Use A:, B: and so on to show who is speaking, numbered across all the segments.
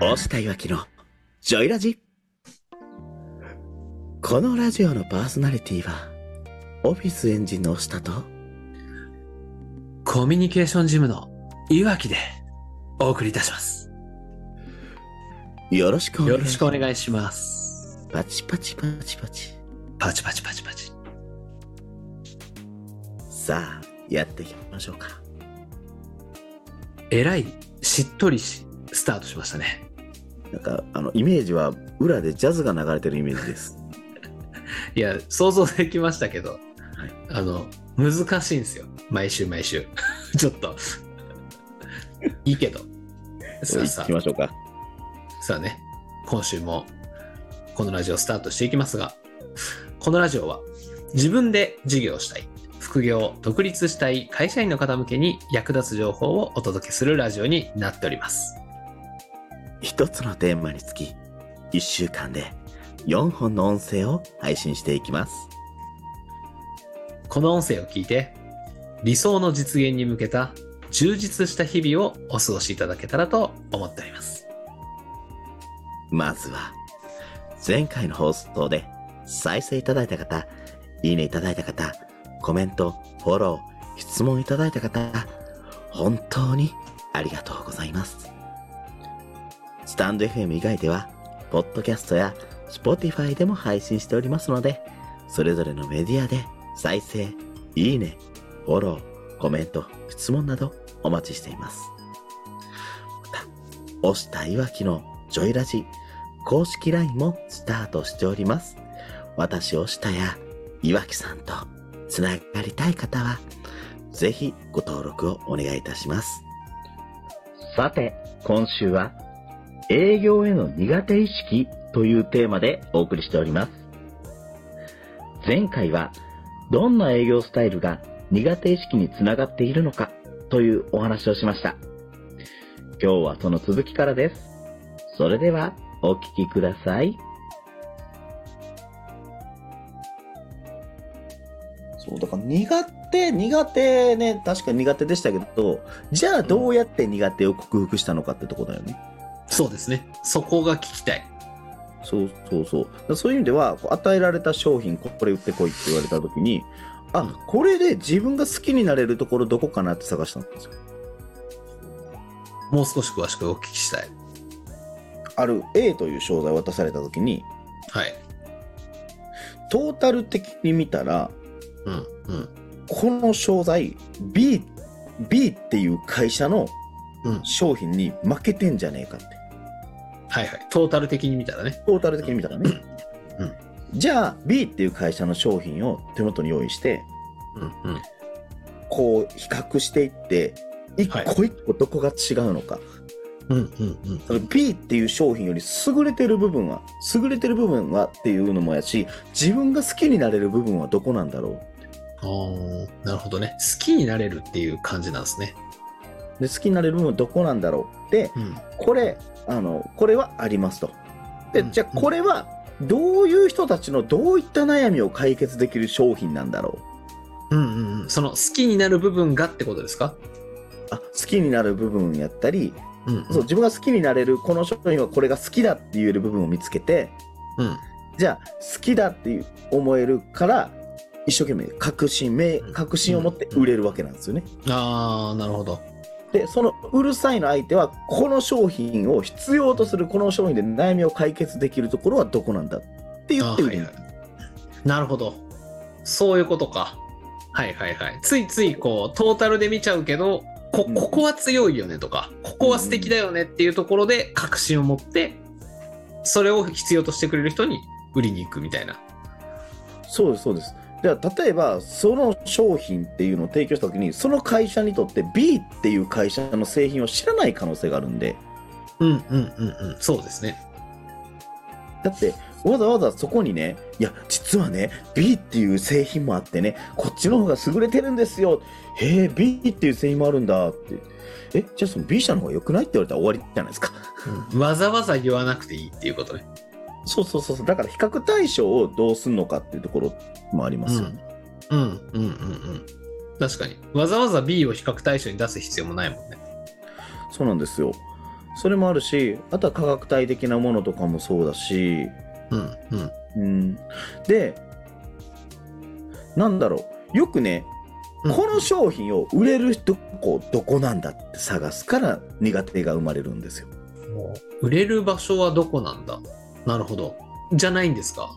A: 大下いわきのジョイラジ。このラジオのパーソナリティは、オフィスエンジンの下と、
B: コミュニケーションジムのいわきでお送りいたします。
A: よろしくお願
B: よ
A: い
B: ろしくお願いします。
A: パチパチパチパチ。
B: パチパチパチパチ。
A: さあ、やっていきましょうか。
B: えらいしっとりし、スタートしましたね。
A: なんか、あの、イメージは、裏でジャズが流れてるイメージ です。
B: いや、想像できましたけど、
A: い
B: あの、難しいんですよ。毎週毎週。 ちょっと。いいけど。さあ
A: 行
B: さ
A: きましょうか。
B: あ、さあね、今週もこのラジオスタートしていきますが、このラジオは自分で事業をしたい、副業、独立したい会社員の方向けに役立つ情報をお届けするラジオになっております。
A: 一つのテーマにつき、一週間で4本の音声を配信していきます。
B: この音声を聞いて、理想の実現に向けた充実した日々をお過ごしいただけたらと思っております。
A: まずは、前回の放送で再生いただいた方、いいねいただいた方、コメント、フォロー、質問いただいた方、本当にありがとうございます。スタンド FM 以外では、ポッドキャストや Spotify でも配信しておりますので、それぞれのメディアで再生、いいね、フォロー、コメント、質問などお待ちしています。また、押したいわきのジョイラジ公式 LINE もスタートしております。私、押したや岩木さんとつながりたい方は、ぜひご登録をお願いいたします。さて、今週は、営業への苦手意識というテーマでお送りしております。前回は、どんな営業スタイルが苦手意識につながっているのかというお話をしました。今日はその続きからです。それではお聞きください。そう、だから苦手、苦手ね、確かに苦手でしたけど、じゃあどうやって苦手を克服したのかってとこだよね。
B: そうですね。そこが聞きたい。
A: そうそうそう。だからそういう意味では、こう与えられた商品、ここれ売ってこいって言われた時に、あ、これで自分が好きになれるところどこかなって探したんですよ。
B: もう少し詳しくお聞きしたい。
A: ある A という商材を渡された時に、
B: はい。
A: トータル的に見たら、
B: うん、
A: この商材 B, B っていう会社の
B: うん、うん。
A: 商品に負けてんじゃねえかって
B: はいはい。トータル的に見たらね。
A: トータル的に見たらね、
B: うん
A: じゃあ B っていう会社の商品を手元に用意して
B: うん、うん。
A: こう比較していって一
B: はい
A: 個一個どこが違うのか、
B: うん、うん、うん。
A: その B っていう商品より優れてる部分は優れてる部分はっていうのもやし自分が好きになれる部分はどこなんだろう
B: おーなるほどね。好きになれるっていう感じなんですね。
A: で好きになれる部分はどこなんだろうで
B: うん。
A: これあのこれはありますとで
B: うん
A: じゃあこれはどういう人たちのどういった悩みを解決できる商品なんだろう
B: うん、うん、うん。その好きになる部分がってことですか
A: あ好きになる部分やったり、
B: うん、うん。
A: そう自分が好きになれるこの商品はこれが好きだって言える部分を見つけて
B: うん。
A: じゃあ好きだっていう思えるから一生懸命確信め
B: うん
A: 確信を持って売れるわけなんですよね。
B: あー、なるほど。
A: でそのうるさいの相手はこの商品を必要とするこの商品で悩みを解決できるところはどこなんだって言
B: あ
A: って
B: ー
A: 売
B: はい
A: れ
B: は
A: る
B: い。なるほど。そういうことか。はいはいはい。ついついこう、トータルで見ちゃうけど、こ、
A: うん
B: ここは強いよねとか、ここは素敵だよねっていうところで確信を持って、それを必要としてくれる人に売りに行くみたいな。
A: そうですそうですじゃあ例えばその商品っていうのを提供した時にその会社にとって B っていう会社の製品を知らない可能性があるんで
B: うんうんうんうん。そうですね。
A: だってわざわざそこにねいや実はね B っていう製品もあってねこっちの方が優れてるんですよへえ B っていう製品もあるんだってえじゃあその B 社の方が良くないって言われたら終わりじゃないですか
B: わざわざ言わなくていいっていうことね。
A: そうそうそうそうだから比較対象をどうすんのかっていうところもありますよね、
B: うんうんうんうん。確かに。わざわざ B を比較対象に出す必要もないもんね。
A: そうなんですよそれもあるし、あとは価格帯的なものとかもそうだし、
B: うんうん
A: うん、で、なんだろう、よくね、
B: うん
A: この商品を売れるどこどこなんだって探すから苦手が生まれるんですよ。
B: もう売れる場所はどこなんだなるほどじゃないんですか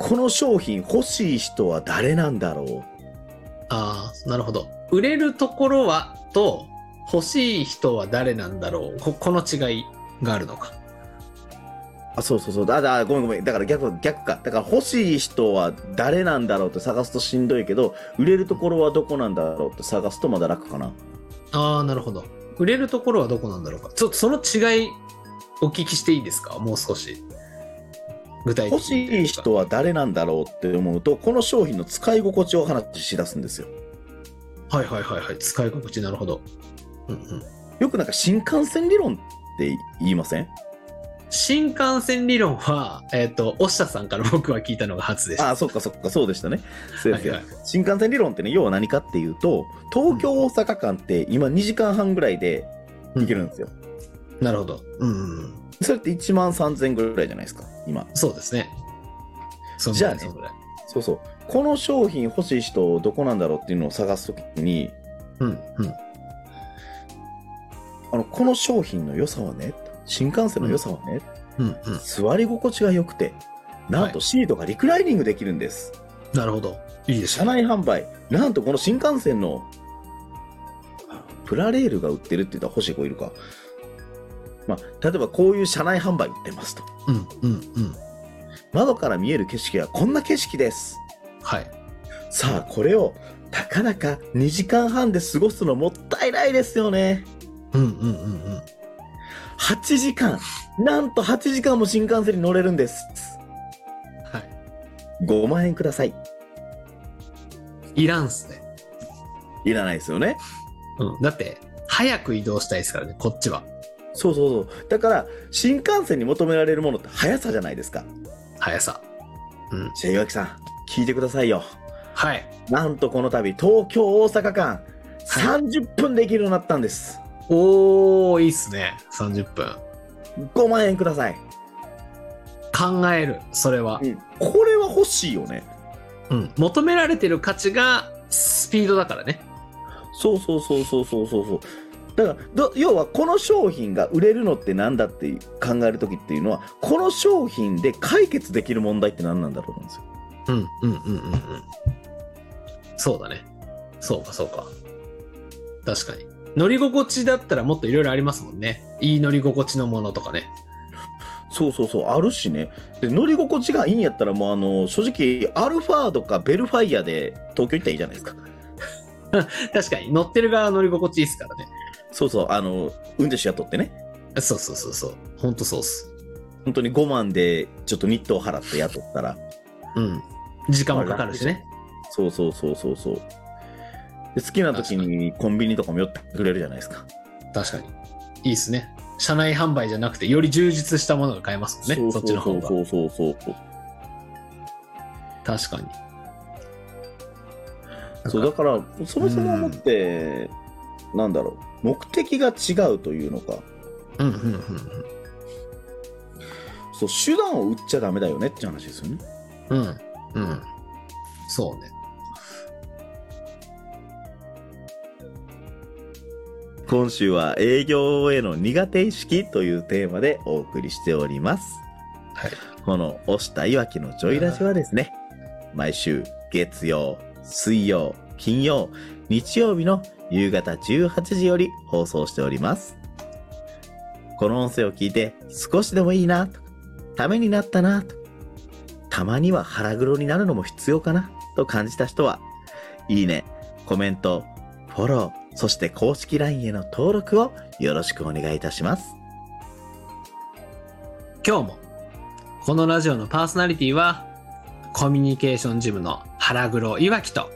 A: この商品欲しい人は誰なんだろ
B: ああなるほど売れるところはと欲しい人は誰なんだろうここの違いがあるの
A: う
B: か
A: あそうそうそうだだごめんごめんだから逆逆かだから欲しい人は誰なんだろうって探すとしんどいけど売れるところはどこなんだろうって探すとまだ楽かな
B: ああなるほど売れるところはどこなんだろうかちょっとその違いお聞きしていいですかもう少し具体的
A: 欲
B: にとう
A: し
B: か
A: い人は誰なんだろうって思うとこの商品の使い心地を話ししだすんですよ
B: はいはいはいはい使い心地なるほど、うんうん、
A: よくなんか新幹線理論って言いません
B: 新幹線理論はえっ、と押下さんから僕は聞いたのが初でした
A: ああそっかそっかそうでしたねそうですよ
B: はいはい
A: 新幹線理論ってね要は何かっていうと東京大阪間って今2時間半ぐらいで行けるんですよ、
B: なるほどうんうんうん
A: それって1万3000ぐらいじゃないですか今
B: そうですね。そんぐ
A: じゃ
B: ら
A: あ
B: い
A: ね
B: そんぐらい
A: そうそうこの商品欲しい人どこなんだろうっていうのを探すときに
B: うんうん。
A: あのこの商品の良さはね新幹線の良さはね、
B: うんうん。
A: 座り心地が良くてなん
B: は
A: とシートがリクライニングできるんです、
B: なるほど。いいです
A: 車
B: ね。
A: 内販売なんとこの新幹線のプラレールが売ってるって言ったら欲しい子いるかまあ例えばこういう車内販売売ってますと
B: うんうんうん。
A: 窓から見える景色はこんな景色です
B: はい。
A: さあこれをたかだか2時間半で過ごすのもったいないですよね
B: うんうんうんうん。
A: 8時間なんと8時間も新幹線に乗れるんです
B: はい。
A: 5万円ください
B: いらんっすね。
A: いらないですよね
B: うん。だって、早く移動したいですからね、こっちは。
A: そうそうそうだから新幹線に求められるものって速さじゃないですか
B: 速さ。うん。
A: じゃあ岩木さん聞いてくださいよ
B: はい。
A: なんとこの度東京大阪間30分できるようになったんです、
B: おー、いいっすね。30分。
A: 5万円ください、
B: 考える、それは。
A: これは欲しいよね
B: うん。求められてる価値が、スピードだからね。
A: そうそうそうそうそうそうそうだからど要はこの商品が売れるのってなんだって考える時っていうのはこの商品で解決できる問題って何なんだろうなんですよ
B: うんうんうんうんうん。そうだね。そうかそうか。確かに。乗り心地だったらもっといろいろありますもんね。いい乗り心地のものとかね。
A: そうそうそうあるしねで乗り心地がいいんやったらもうあの正直アルファードかベルファイアで東京行ったらいいじゃないですか
B: 確かに乗ってる側は乗り心地いいですからね。
A: そうそうあの運転手雇ってね
B: そうそうそうそう。ほんとそうっす。
A: 本当に5万でちょっと日当を払って雇ったら
B: うん。時間もかかるしね。
A: そうそうそうそうそうで好きな時にコンビニとかも寄ってくれるじゃないですか
B: 確かに。いいっすね。車内販売じゃなくて、より充実したものが買えますもんね。そっちの方が。
A: そうそうそうそう
B: 確かに。
A: そうだからそもそも思って、なんだろう目的が違うというのか
B: うんうんうんうん。
A: そう手段を売っちゃダメだよねって話ですよね
B: うん。うん。そうね。
A: 今週は営業への苦手意識というテーマでお送りしております
B: はい。
A: この押したいわきのジョイラジはですね、毎週月曜、水曜、金曜、日曜日の夕方18時より放送しております。この音声を聞いて少しでもいいなと、ためになったなと、たまには腹黒になるのも必要かなと感じた人は、いいね、コメント、フォロー、そして公式 LINE への登録をよろしくお願いいたします。
B: 今日もこのラジオのパーソナリティはコミュニケーションジムの腹黒いわきと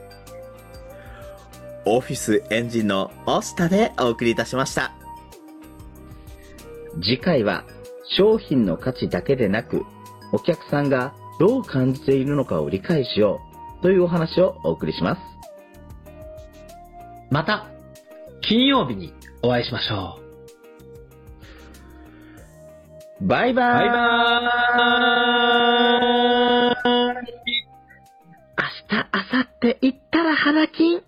A: オフィスエンジンのオスタでお送りいたしました。次回は商品の価値だけでなく、お客さんがどう感じているのかを理解しようというお話をお送りします。
B: また金曜日にお会いしましょう
A: バイバ
B: バ
A: イ
B: イバーイ
A: 明日、明後日行ったら花金